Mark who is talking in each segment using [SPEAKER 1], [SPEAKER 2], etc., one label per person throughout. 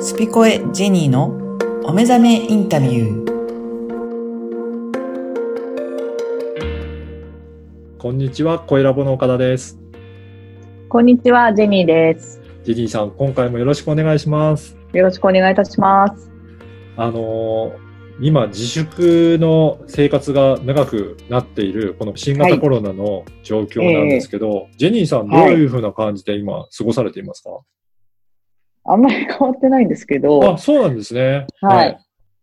[SPEAKER 1] スピコエジェニーのお目覚めインタビュー。
[SPEAKER 2] こんにちは、声ラボの岡田です。
[SPEAKER 3] こんにちは、ジェニーです。
[SPEAKER 2] ジリーさん、今回もよろしくお願いします。
[SPEAKER 3] よろしくお願いいたします。
[SPEAKER 2] あのー今、自粛の生活が長くなっている、この新型コロナの状況なんですけど、ジェニーさん、どういうふうな感じで今、過ごされていますか、
[SPEAKER 3] あんまり変わってないんですけど、
[SPEAKER 2] あ、そうなんですね。
[SPEAKER 3] はい。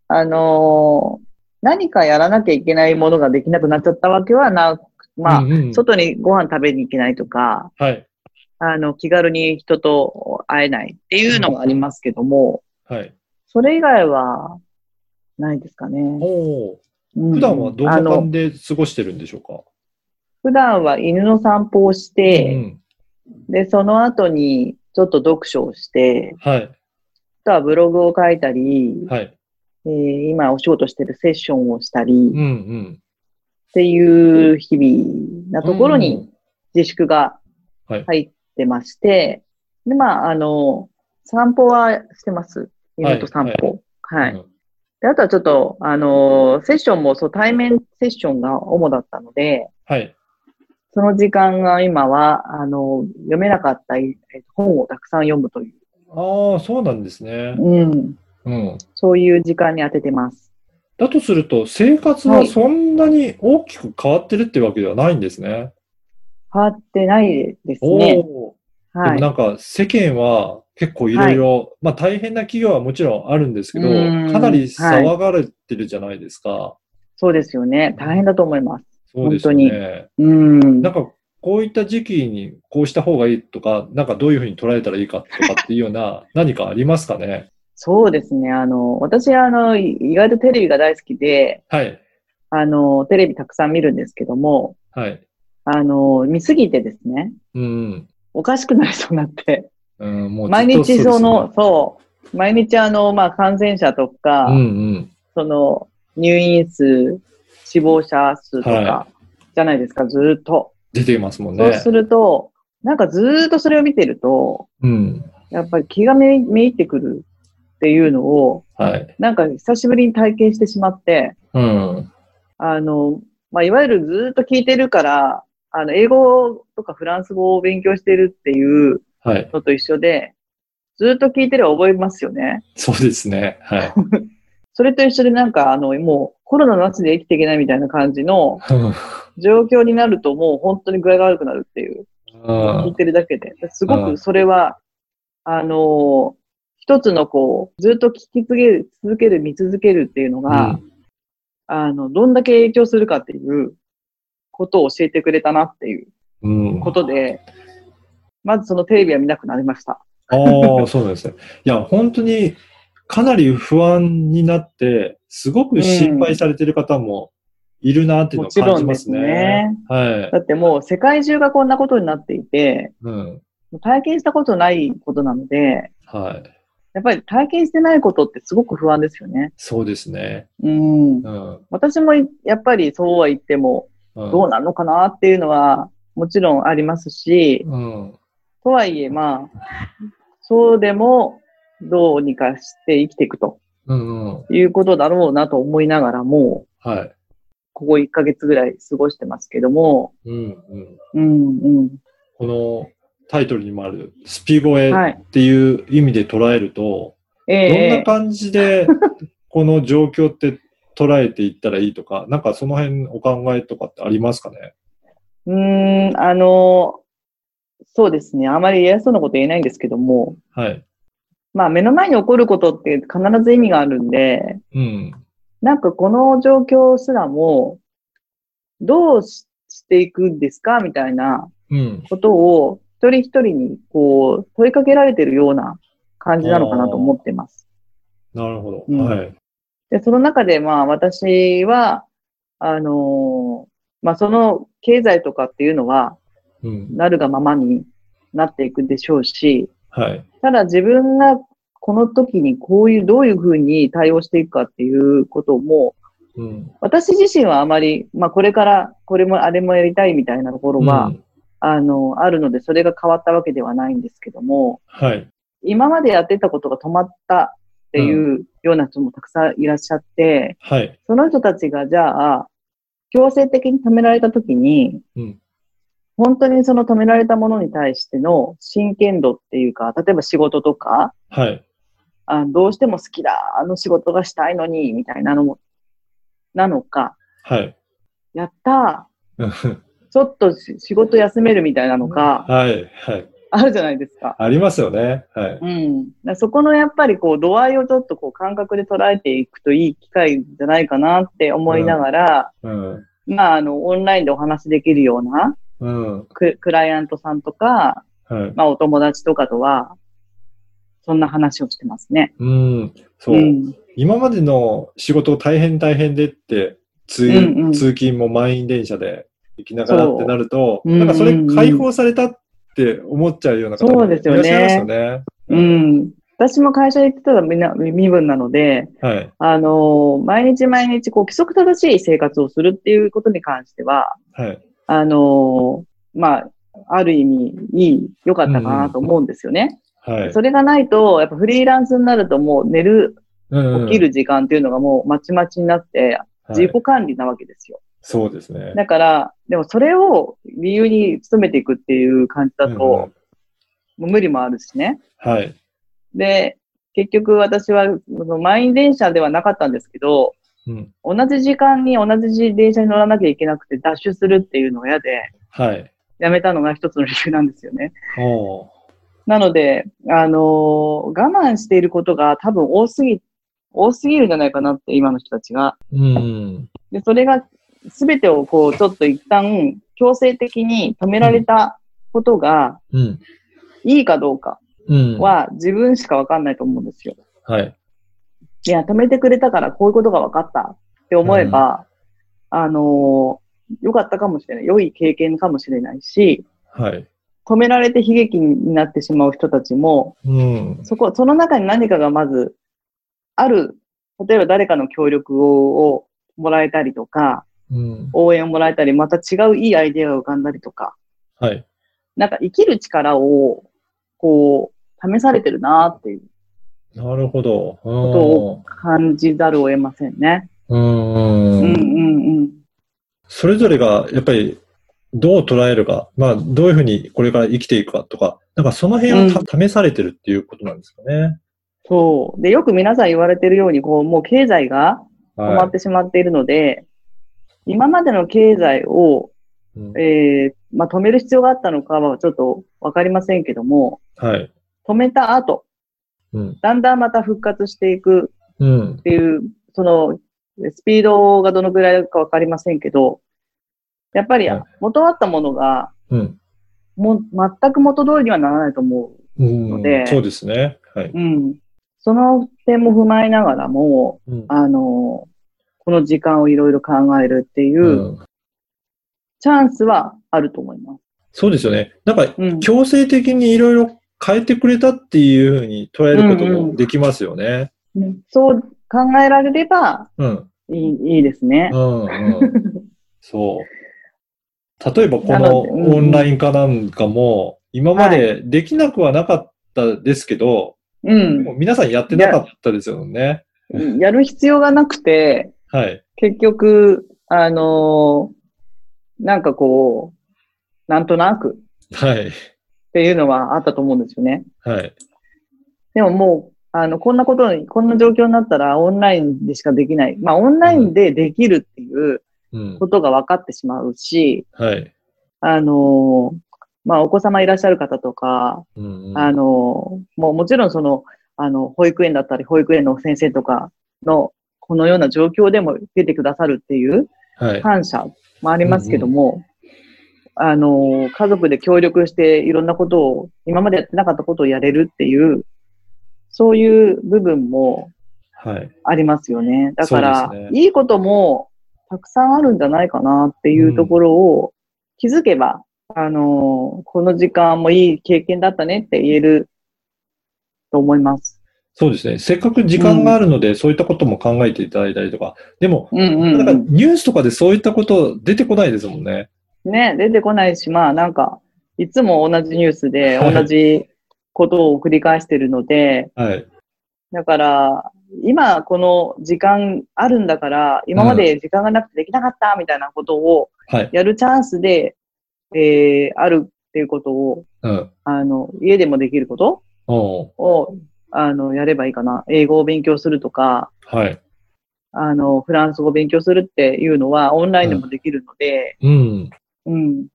[SPEAKER 3] あのー何かやらなきゃいけないものができなくなっちゃったわけはなく、まあ、
[SPEAKER 2] うんうん
[SPEAKER 3] 外にご飯食べに行けないとか、
[SPEAKER 2] はい。
[SPEAKER 3] あの、気軽に人と会えないっていうのがありますけども、
[SPEAKER 2] はい。
[SPEAKER 3] それ以外は、ないですかね。
[SPEAKER 2] おー
[SPEAKER 3] うん
[SPEAKER 2] 普段はどんな
[SPEAKER 3] あの
[SPEAKER 2] 感じで過ごしてるんでしょうか、
[SPEAKER 3] 普段は犬の散歩をし
[SPEAKER 2] う
[SPEAKER 3] て、
[SPEAKER 2] ん。
[SPEAKER 3] で、その後にちょっと読書をして、
[SPEAKER 2] はい。
[SPEAKER 3] あとはブログを書いたり、
[SPEAKER 2] はい。
[SPEAKER 3] えー今お仕事してるセッションをしたり
[SPEAKER 2] うん
[SPEAKER 3] っ
[SPEAKER 2] うん。
[SPEAKER 3] ていう日々なところ
[SPEAKER 2] う
[SPEAKER 3] に
[SPEAKER 2] ん
[SPEAKER 3] 自粛が
[SPEAKER 2] はい
[SPEAKER 3] 入ってまして、で、まあ、あの、散歩はしてます。犬と散歩。はい。
[SPEAKER 2] うん
[SPEAKER 3] で、あとはちょっと、あの、セッションもそう対面セッションが主だったので、
[SPEAKER 2] はい。
[SPEAKER 3] その時間が今は、あの、読めなかったえー本をたくさん読むとい
[SPEAKER 2] ああ、そうなんですね
[SPEAKER 3] う、。うん、
[SPEAKER 2] うん。
[SPEAKER 3] そういう時間に当ててます。
[SPEAKER 2] だとすると、生活はそんなに大きく変わってるってわけではないんですね。
[SPEAKER 3] 変わってないです
[SPEAKER 2] お
[SPEAKER 3] ね。
[SPEAKER 2] おー、
[SPEAKER 3] は
[SPEAKER 2] で
[SPEAKER 3] い。
[SPEAKER 2] もなんか世間は結構いろいろ、まあ大変な企業はもちろんあるんですけど、
[SPEAKER 3] うん
[SPEAKER 2] かなり騒がれてるじゃないですか。
[SPEAKER 3] そうですよね。大変だと思います。
[SPEAKER 2] そうですよね。
[SPEAKER 3] うん。
[SPEAKER 2] なんかこういった時期にこうした方がいいとか、なんかどういうふうに捉えたらいいかとかっていうような 何かありますかね
[SPEAKER 3] そうですね。あの、私、あの、い意外とテレビが大好きで、
[SPEAKER 2] はい。
[SPEAKER 3] あの、テレビたくさん見るんですけども、
[SPEAKER 2] はい。
[SPEAKER 3] あの、見すぎてですね、
[SPEAKER 2] うん。
[SPEAKER 3] おかしくなりそうになって、
[SPEAKER 2] うん、もうずっと
[SPEAKER 3] 毎日
[SPEAKER 2] そうです
[SPEAKER 3] そ
[SPEAKER 2] ね
[SPEAKER 3] の、そう、毎日あの、まあ、感染者とか、
[SPEAKER 2] うんうん。
[SPEAKER 3] その、入院数、死亡者数とか、
[SPEAKER 2] は
[SPEAKER 3] じゃないですか、ずーっと。
[SPEAKER 2] 出てますもん
[SPEAKER 3] そう
[SPEAKER 2] ね。
[SPEAKER 3] すると、なんかずーっとそれを見てると、
[SPEAKER 2] うん。
[SPEAKER 3] やっぱり気がめめいってくるっていうのを、
[SPEAKER 2] はい。
[SPEAKER 3] なんか久しぶりに体験してしまって、
[SPEAKER 2] うん。
[SPEAKER 3] あの、まあ、いわゆるずーっと聞いてるから、あの、英語とかフランス語を勉強してるっていう
[SPEAKER 2] はい。
[SPEAKER 3] のと一緒で、ずーっと聞いてれば覚えますよね。
[SPEAKER 2] そうですね。はい。
[SPEAKER 3] それと一緒でなんか、あの、もうコロナの夏で生きていけないみたいな感じの状況になるともう本当に具合が悪くなるっていう、聞いてるだけで。すご
[SPEAKER 2] うん
[SPEAKER 3] くそれは、あの、一つのこう、ずーっと聞き続ける、続ける、見続けるっていうのが、あの、どんだけ影響するかっていうことを教えてくれたなっていう
[SPEAKER 2] うんうん、あ
[SPEAKER 3] ことで、まずそのテレビは見なくなりました。
[SPEAKER 2] あー、そうなんですね。いや、本当にかなり不安になって、すごく心配されてる方もいるなっていうのを感じますね。
[SPEAKER 3] もちろんですね
[SPEAKER 2] はい。
[SPEAKER 3] だってもう世界中がこんなことになっていて、
[SPEAKER 2] うん。
[SPEAKER 3] 体験したことないことなので、
[SPEAKER 2] はい。
[SPEAKER 3] やっぱり体験してないことってすごく不安ですよね。
[SPEAKER 2] そうですね。
[SPEAKER 3] うん。
[SPEAKER 2] うん。
[SPEAKER 3] 私もいやっぱりそうは言っても、
[SPEAKER 2] うん
[SPEAKER 3] どうなるのかなっていうのはもちろんありますし、
[SPEAKER 2] うん。
[SPEAKER 3] とはいえまあ、そうでもどうにかして生きていくと。
[SPEAKER 2] うんうん。
[SPEAKER 3] いうことだろうなと思いながらも、
[SPEAKER 2] はい。
[SPEAKER 3] ここ1ヶ月ぐらい過ごしてますけども、
[SPEAKER 2] うんうん。
[SPEAKER 3] うんうん。
[SPEAKER 2] このタイトルにもある、スピ声っ
[SPEAKER 3] はい。
[SPEAKER 2] ていう意味で捉えると、
[SPEAKER 3] え
[SPEAKER 2] どんな
[SPEAKER 3] え
[SPEAKER 2] 感じ でこの状況って捉えていったらいいとか、なんかその辺お考えとかってありますかね
[SPEAKER 3] うーん、あの、そうですね。あまり偉そうなこと言えないんですけども、
[SPEAKER 2] はい。
[SPEAKER 3] まあ目の前に起こることって必ず意味があるんで、
[SPEAKER 2] うん。
[SPEAKER 3] なんかこの状況すらも、どうししていくんですかみたいな
[SPEAKER 2] うん。
[SPEAKER 3] ことを、一人一人にこう、問いかけられてるような感じなのかなと思ってます。
[SPEAKER 2] なるほど。
[SPEAKER 3] うん
[SPEAKER 2] はい。
[SPEAKER 3] で、その中で、まあ、私は、あのーまあ、その経済とかっていうのは、
[SPEAKER 2] うん。
[SPEAKER 3] なるがままになっていくでしょうし、
[SPEAKER 2] はい。
[SPEAKER 3] ただ自分がこの時にこういう、どういうふうに対応していくかっていうことも、
[SPEAKER 2] うん。
[SPEAKER 3] 私自身はあまり、まあ、これから、これもあれもやりたいみたいなところは、
[SPEAKER 2] うん
[SPEAKER 3] あの、あるので、それが変わったわけではないんですけども、
[SPEAKER 2] はい。
[SPEAKER 3] 今までやってたことが止まったっていうような人もたくさんいらっしゃって、
[SPEAKER 2] はい。
[SPEAKER 3] その人たちがじゃあ、強制的に止められたときに、
[SPEAKER 2] うん
[SPEAKER 3] 本当にその止められたものに対しての真剣度っていうか、例えば仕事とか、
[SPEAKER 2] はい。
[SPEAKER 3] あどうしても好きだ、あの仕事がしたいのに、みたいなのも、なのか、
[SPEAKER 2] はい。
[SPEAKER 3] やった
[SPEAKER 2] うん
[SPEAKER 3] ー、ちょっとし仕事休めるみたいなのか、
[SPEAKER 2] はい。はい。
[SPEAKER 3] あるじゃないですか。
[SPEAKER 2] ありますよね。はい。
[SPEAKER 3] うん。だからそこのやっぱりこう、度合いをちょっとこう、感覚で捉えていくといい機会じゃないかなって思いながら、
[SPEAKER 2] うん。
[SPEAKER 3] まあ、あの、オンラインでお話しできるような
[SPEAKER 2] うん。
[SPEAKER 3] ク、クライアントさんとか、
[SPEAKER 2] はい。
[SPEAKER 3] まあ、お友達とかとは、そんな話をしてますね。
[SPEAKER 2] うん。そう。
[SPEAKER 3] ん。
[SPEAKER 2] 今までの仕事大変大変でって、通
[SPEAKER 3] うんうん
[SPEAKER 2] 通勤も満員電車で行きながらってなると、
[SPEAKER 3] そう
[SPEAKER 2] なんかそれ
[SPEAKER 3] うんうんうん
[SPEAKER 2] 解放されたって思っちゃうような方も
[SPEAKER 3] そうですよね
[SPEAKER 2] いらっしゃいますよね。
[SPEAKER 3] うん。私も会社行ってたらみんな身分なので、
[SPEAKER 2] はい。
[SPEAKER 3] あの、毎日毎日こう規則正しい生活をするっていうことに関しては、
[SPEAKER 2] はい。
[SPEAKER 3] あの、まあ、ある意味いい、良かったかなと思うんですよね。
[SPEAKER 2] はい。
[SPEAKER 3] それがないと、やっぱフリーランスになるともう寝る、
[SPEAKER 2] うんうん
[SPEAKER 3] 起きる時間っていうのがもうまちまちになって、
[SPEAKER 2] はい
[SPEAKER 3] 自己管理なわけですよ。
[SPEAKER 2] そうですね。
[SPEAKER 3] だから、でもそれを理由に努めていくっていう感じだと、
[SPEAKER 2] うんうん
[SPEAKER 3] もう無理もあるしね。
[SPEAKER 2] はい。
[SPEAKER 3] で、結局私は、その満員電車ではなかったんですけど、
[SPEAKER 2] うん。
[SPEAKER 3] 同じ時間に同じ電車に乗らなきゃいけなくて、ダッシュするっていうのが嫌で、
[SPEAKER 2] はい。
[SPEAKER 3] やめたのが一つの理由なんですよね。
[SPEAKER 2] おー
[SPEAKER 3] なので、あのー我慢していることが多分多すぎ、多すぎるんじゃないかなって、今の人たちが。
[SPEAKER 2] うん。
[SPEAKER 3] で、それが、すべてをこう、ちょっと一旦、強制的に止められたことが、
[SPEAKER 2] うん。
[SPEAKER 3] いいかどうか
[SPEAKER 2] うん。
[SPEAKER 3] は、自分しかわかんないと思うんですよ。
[SPEAKER 2] はい。
[SPEAKER 3] いや、止めてくれたからこういうことが分かったって思えば、あのー良かったかもしれない。良い経験かもしれないし、
[SPEAKER 2] はい。
[SPEAKER 3] 止められて悲劇になってしまう人たちも、
[SPEAKER 2] うん。
[SPEAKER 3] そこ、その中に何かがまず、ある、例えば誰かの協力ををもらえたりとか、
[SPEAKER 2] うん。
[SPEAKER 3] 応援をもらえたり、また違ういいアイデアが浮かんだりとか、
[SPEAKER 2] はい。
[SPEAKER 3] なんか生きる力を、こう、試されてるなっていう
[SPEAKER 2] なるほど。
[SPEAKER 3] こ感じざるを得ませんね。
[SPEAKER 2] うん。
[SPEAKER 3] う
[SPEAKER 2] うん。
[SPEAKER 3] うんんうん。
[SPEAKER 2] それぞれが、やっぱり、どう捉えるか、まあ、どういうふうにこれから生きていくかとか、なんかその辺をた、試されてるっていうことなんですかね。
[SPEAKER 3] そう。で、よく皆さん言われてるように、こう、もう経済が止ま
[SPEAKER 2] は
[SPEAKER 3] ってしまっているので、今までの経済を、
[SPEAKER 2] い。うん
[SPEAKER 3] えーまあ、止める必要があったのかはちょっとわかりませんけども、
[SPEAKER 2] はい。
[SPEAKER 3] 止めた後、
[SPEAKER 2] うん。
[SPEAKER 3] だんだんまた復活していく
[SPEAKER 2] うん
[SPEAKER 3] っ。ていう、その、スピードがどのくらいかわかりませんけど、やっぱり
[SPEAKER 2] はい
[SPEAKER 3] 元あったものが、
[SPEAKER 2] うん。
[SPEAKER 3] もう全く元通りにはならないと思う。
[SPEAKER 2] うん
[SPEAKER 3] ので
[SPEAKER 2] そうですね。はい。
[SPEAKER 3] うん。その点も踏まえながらも、
[SPEAKER 2] うん
[SPEAKER 3] あの、この時間をいろいろ考えるっていう、
[SPEAKER 2] うん
[SPEAKER 3] チャンスはあると思います。
[SPEAKER 2] そうですよね。なんか、
[SPEAKER 3] うん。
[SPEAKER 2] 強制的にいろいろ変えてくれたっていうふうに捉えることもできますよね。
[SPEAKER 3] ねそう考えられれば
[SPEAKER 2] うん。
[SPEAKER 3] いいいいですね
[SPEAKER 2] う。ん。うん、そう。例えばこ
[SPEAKER 3] な
[SPEAKER 2] の
[SPEAKER 3] のでうん
[SPEAKER 2] オンライン化なんかも、今までできなくはなかったですけど、
[SPEAKER 3] うん
[SPEAKER 2] も。う皆さんやってなかったですよね。
[SPEAKER 3] やる必要がなくて、
[SPEAKER 2] はい。
[SPEAKER 3] 結局、あのなんかこう、なんとなくっ
[SPEAKER 2] はい。
[SPEAKER 3] ていうのはあったと思うんですよね。
[SPEAKER 2] はい。
[SPEAKER 3] でももう、あの、こんなことに、こんな状況になったらオンラインでしかできない。まあ、オンラインでできるっていう
[SPEAKER 2] うん
[SPEAKER 3] こ。とが分かってしまうし、
[SPEAKER 2] はい。
[SPEAKER 3] あのー、まあ、お子様いらっしゃる方とか、
[SPEAKER 2] うんうん
[SPEAKER 3] あのー、もうもちろんその、あの、保育園だったり、保育園の先生とかの、このような状況でも出てくださるっていう
[SPEAKER 2] はい。
[SPEAKER 3] 感謝もありますけども、あのー、家族で協力していろんなことを、今までやってなかったことをやれるっていう、そういう部分も
[SPEAKER 2] はい。
[SPEAKER 3] ありますよね。だから、
[SPEAKER 2] そうです
[SPEAKER 3] いいこともたくさんあるんじゃないかなっていうところを気づけば、あのー、この時間もいい経験だったねって言えると思います。
[SPEAKER 2] そうですね。せっかく時間があるので、そういったことも考えていただいたりとか。でも、
[SPEAKER 3] うんうん
[SPEAKER 2] な
[SPEAKER 3] う
[SPEAKER 2] んか
[SPEAKER 3] ん、
[SPEAKER 2] ニュースとかでそういったこと出てこないですもんね。
[SPEAKER 3] ね、出てこないし、まあなんか、いつも同じニュースで、
[SPEAKER 2] はい
[SPEAKER 3] 同じことを繰り返してるので、
[SPEAKER 2] はい。
[SPEAKER 3] だから、今この時間あるんだから、今まで時間がなくてできなかったみたいなことを
[SPEAKER 2] はい。
[SPEAKER 3] やるチャンスで、えー、あるっていうことを、
[SPEAKER 2] うん。
[SPEAKER 3] あの、家でもできること
[SPEAKER 2] おう
[SPEAKER 3] を、あの、やればいいかな。英語を勉強するとか、
[SPEAKER 2] はい。
[SPEAKER 3] あの、フランス語を勉強するっていうのはオンラインでもできるので、
[SPEAKER 2] うん。
[SPEAKER 3] うん。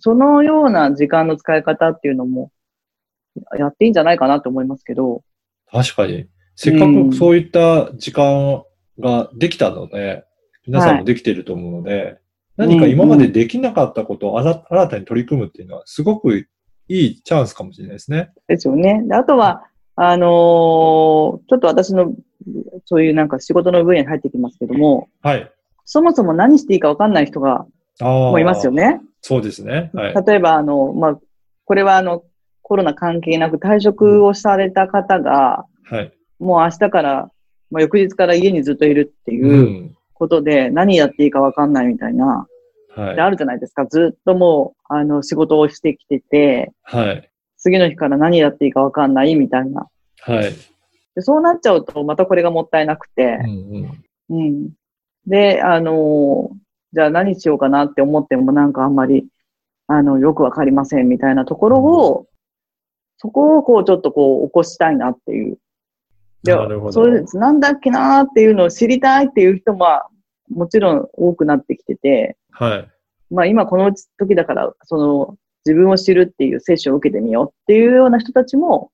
[SPEAKER 3] そのような時間の使い方っていうのも、やっていいんじゃないかなと思いますけど、
[SPEAKER 2] 確かに。せっか
[SPEAKER 3] うん
[SPEAKER 2] くそういった時間ができたので、皆さん
[SPEAKER 3] は
[SPEAKER 2] も
[SPEAKER 3] い
[SPEAKER 2] できていると思うので、何か今までできなかったことをあら新たに取り組むっていうのは、すごくいいチャンスかもしれないですね。
[SPEAKER 3] ですよね。であとは、あのーちょっと私の、そういうなんか仕事の分野に入ってきますけども、
[SPEAKER 2] はい。
[SPEAKER 3] そもそも何していいかわかんない人が、
[SPEAKER 2] ああ。
[SPEAKER 3] もういますよね。
[SPEAKER 2] そうですね。はい。
[SPEAKER 3] 例えば、あの、まあ、これはあの、コロナ関係なく退職をされた方が、
[SPEAKER 2] はい。
[SPEAKER 3] もう明日から、まあ、翌日から家にずっといるって
[SPEAKER 2] う。
[SPEAKER 3] いうんことで、何やっていいかわかんないみたいな、で
[SPEAKER 2] はい。
[SPEAKER 3] あるじゃないですか。ずっともう、あの、仕事をしてきてて、
[SPEAKER 2] はい。
[SPEAKER 3] 次の日から何やっていいかわかんないみたいな。
[SPEAKER 2] はい。
[SPEAKER 3] でそうなっちゃうと、またこれがもったいなくて
[SPEAKER 2] う、んうん。
[SPEAKER 3] うん。で、あのーじゃあ何しようかなって思ってもなんかあんまり、あの、よくわかりませんみたいなところを、そこをこうちょっとこう起こしたいなっていう。で
[SPEAKER 2] なるほど
[SPEAKER 3] そうです。なんだっけなーっていうのを知りたいっていう人も、もちろん多くなってきてて、
[SPEAKER 2] はい。
[SPEAKER 3] まあ今この時だから、その自分を知るっていうセッションを受けてみようっていうような人たちも、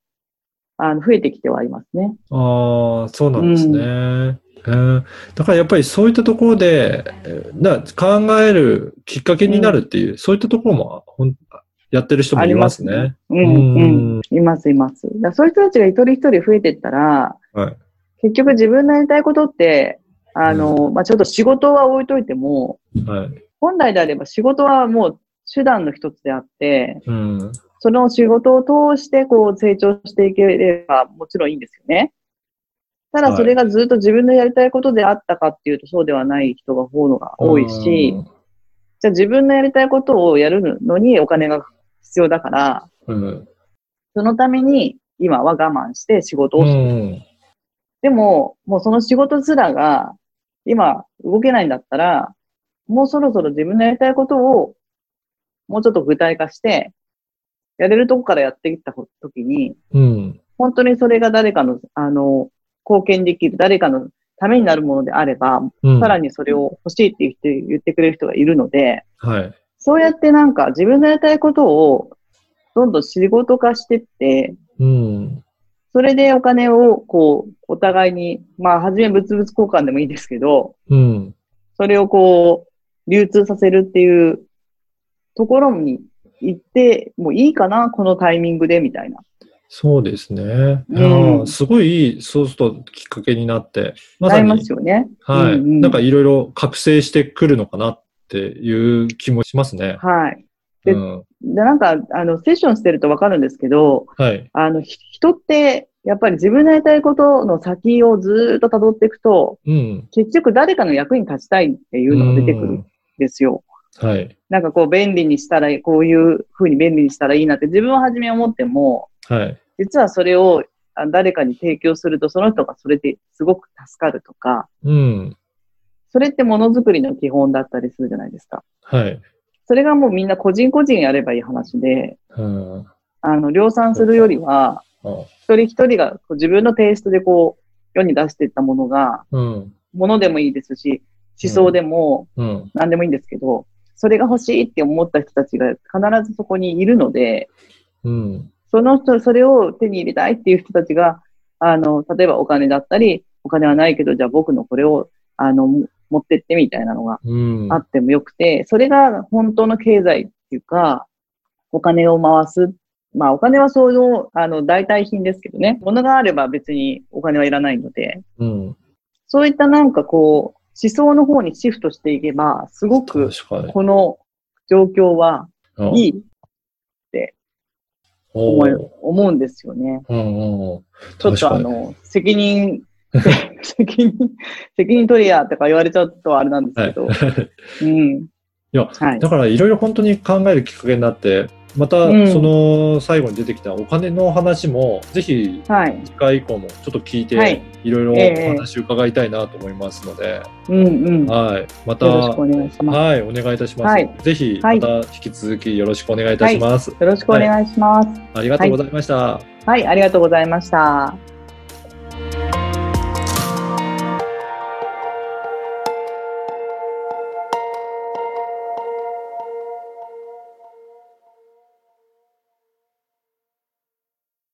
[SPEAKER 3] あの、増えてきてはいますね。
[SPEAKER 2] ああ、そうなんですね。
[SPEAKER 3] う
[SPEAKER 2] へーだからやっぱりそういったところで、えーな考えるきっかけになるっていう、そういったところもほんやってる人もいます
[SPEAKER 3] あり
[SPEAKER 2] ね。
[SPEAKER 3] う
[SPEAKER 2] うん
[SPEAKER 3] ん、うん、います、います。だからそういう人たちが一人一人増えていったら、
[SPEAKER 2] はい
[SPEAKER 3] 結局自分のやりたいことって、あの、まあ、ちょっと仕事は置いといても、
[SPEAKER 2] はい。
[SPEAKER 3] 本来であれば仕事はもう手段の一つであって、
[SPEAKER 2] うん。
[SPEAKER 3] その仕事を通してこう成長していければもちろんいいんですよね。ただそれがずっと自分のやりたいことであったかっていうとそうではない人が方のが多いし、じゃあ自分のやりたいことをやるのにお金が必要だから、
[SPEAKER 2] うん。うん。
[SPEAKER 3] そのために今は我慢して仕事をする。
[SPEAKER 2] うん。
[SPEAKER 3] でも、もうその仕事すらが今動けないんだったら、もうそろそろ自分のやりたいことをもうちょっと具体化して、やれるとこからやっていった時に、
[SPEAKER 2] うん。
[SPEAKER 3] 本当にそれが誰かの、あの、貢献できる、誰かのためになるものであれば、
[SPEAKER 2] うん
[SPEAKER 3] さらにそれを欲しいって言って言ってくれる人がいるので、
[SPEAKER 2] はい。
[SPEAKER 3] そうやってなんか自分のやりたいことをどんどん仕事化してって、
[SPEAKER 2] うん。
[SPEAKER 3] それでお金を、こう、お互いに、まあ、はじめ物々交換でもいいですけど、
[SPEAKER 2] うん。
[SPEAKER 3] それをこう、流通させるっていうところに行って、もういいかな、このタイミングで、みたいな。
[SPEAKER 2] そうですね。
[SPEAKER 3] うん
[SPEAKER 2] いやーすごいいい、そうするときっかけになって、ま
[SPEAKER 3] な
[SPEAKER 2] さ
[SPEAKER 3] り
[SPEAKER 2] に、
[SPEAKER 3] ますよね。
[SPEAKER 2] はい。
[SPEAKER 3] うんうん
[SPEAKER 2] なんかいろいろ覚醒してくるのかなっていう気もしますね。
[SPEAKER 3] はい。で
[SPEAKER 2] うん。
[SPEAKER 3] で、なんか、あの、セッションしてるとわかるんですけど、
[SPEAKER 2] はい。
[SPEAKER 3] あの、ひ人って、やっぱり自分のやりたいことの先をずーっと辿っていくと、
[SPEAKER 2] うん。
[SPEAKER 3] 結局誰かの役に立ちたいっていうのが出てくるんですよ。
[SPEAKER 2] うん。はい。
[SPEAKER 3] なんかこう便利にしたら、こういう風に便利にしたらいいなって自分は初め思っても、
[SPEAKER 2] はい。
[SPEAKER 3] 実はそれをあ誰かに提供するとその人がそれですごく助かるとか、
[SPEAKER 2] うん。
[SPEAKER 3] それってものづくりの基本だったりするじゃないですか。
[SPEAKER 2] はい。
[SPEAKER 3] それがもうみんな個人個人やればいい話で、
[SPEAKER 2] うん。あ
[SPEAKER 3] あの、量産するよりは、一人一人がこう自分のテイストでこう、世に出していったものが、
[SPEAKER 2] うん。
[SPEAKER 3] ものでもいいですし、思想でも
[SPEAKER 2] うん。
[SPEAKER 3] 何でもいいんですけど、それが欲しいって思った人たちが必ずそこにいるので、
[SPEAKER 2] うん。
[SPEAKER 3] その人、それを手に入れたいっていう人たちが、あの、例えばお金だったり、お金はないけど、じゃあ僕のこれを、あの、も持ってってみたいなのが
[SPEAKER 2] うん。
[SPEAKER 3] あってもよくて、それが本当の経済っていうか、お金を回す。まあ、お金はそういう、あの、代替品ですけどね。物があれば別にお金はいらないので、
[SPEAKER 2] うん。
[SPEAKER 3] そういったなんかこう、思想の方にシフトしていけば、すごく、
[SPEAKER 2] 確かに。
[SPEAKER 3] この状況は
[SPEAKER 2] うん
[SPEAKER 3] いいと
[SPEAKER 2] お
[SPEAKER 3] 思い
[SPEAKER 2] ー
[SPEAKER 3] 思うんですよね。
[SPEAKER 2] うんうん。
[SPEAKER 3] ちょっ
[SPEAKER 2] 確
[SPEAKER 3] と
[SPEAKER 2] か
[SPEAKER 3] あ
[SPEAKER 2] に。
[SPEAKER 3] の、責任、 責任、責任取りやとか言われちゃうとあれなんですけど。
[SPEAKER 2] はい。
[SPEAKER 3] うん。
[SPEAKER 2] や
[SPEAKER 3] はい。
[SPEAKER 2] だからいろいろ本当に考えるきっかけになって、また、
[SPEAKER 3] うん
[SPEAKER 2] その最後に出てきたお金の話も、ぜひ
[SPEAKER 3] はい。
[SPEAKER 2] 次回以降もちょっと聞いて、
[SPEAKER 3] はい
[SPEAKER 2] い、ろいろ
[SPEAKER 3] ええ
[SPEAKER 2] お話伺いたいなと思いますので、
[SPEAKER 3] うんうん。よ
[SPEAKER 2] はい。また、
[SPEAKER 3] ろしくお願いします。
[SPEAKER 2] はい、お願いいたします。
[SPEAKER 3] はい
[SPEAKER 2] ぜひ、
[SPEAKER 3] は
[SPEAKER 2] ま
[SPEAKER 3] い
[SPEAKER 2] た引き続きよろしくお願いいたします。
[SPEAKER 3] よろしくお願いします。
[SPEAKER 2] ありがとうございました。
[SPEAKER 3] はい、ありがとうございました。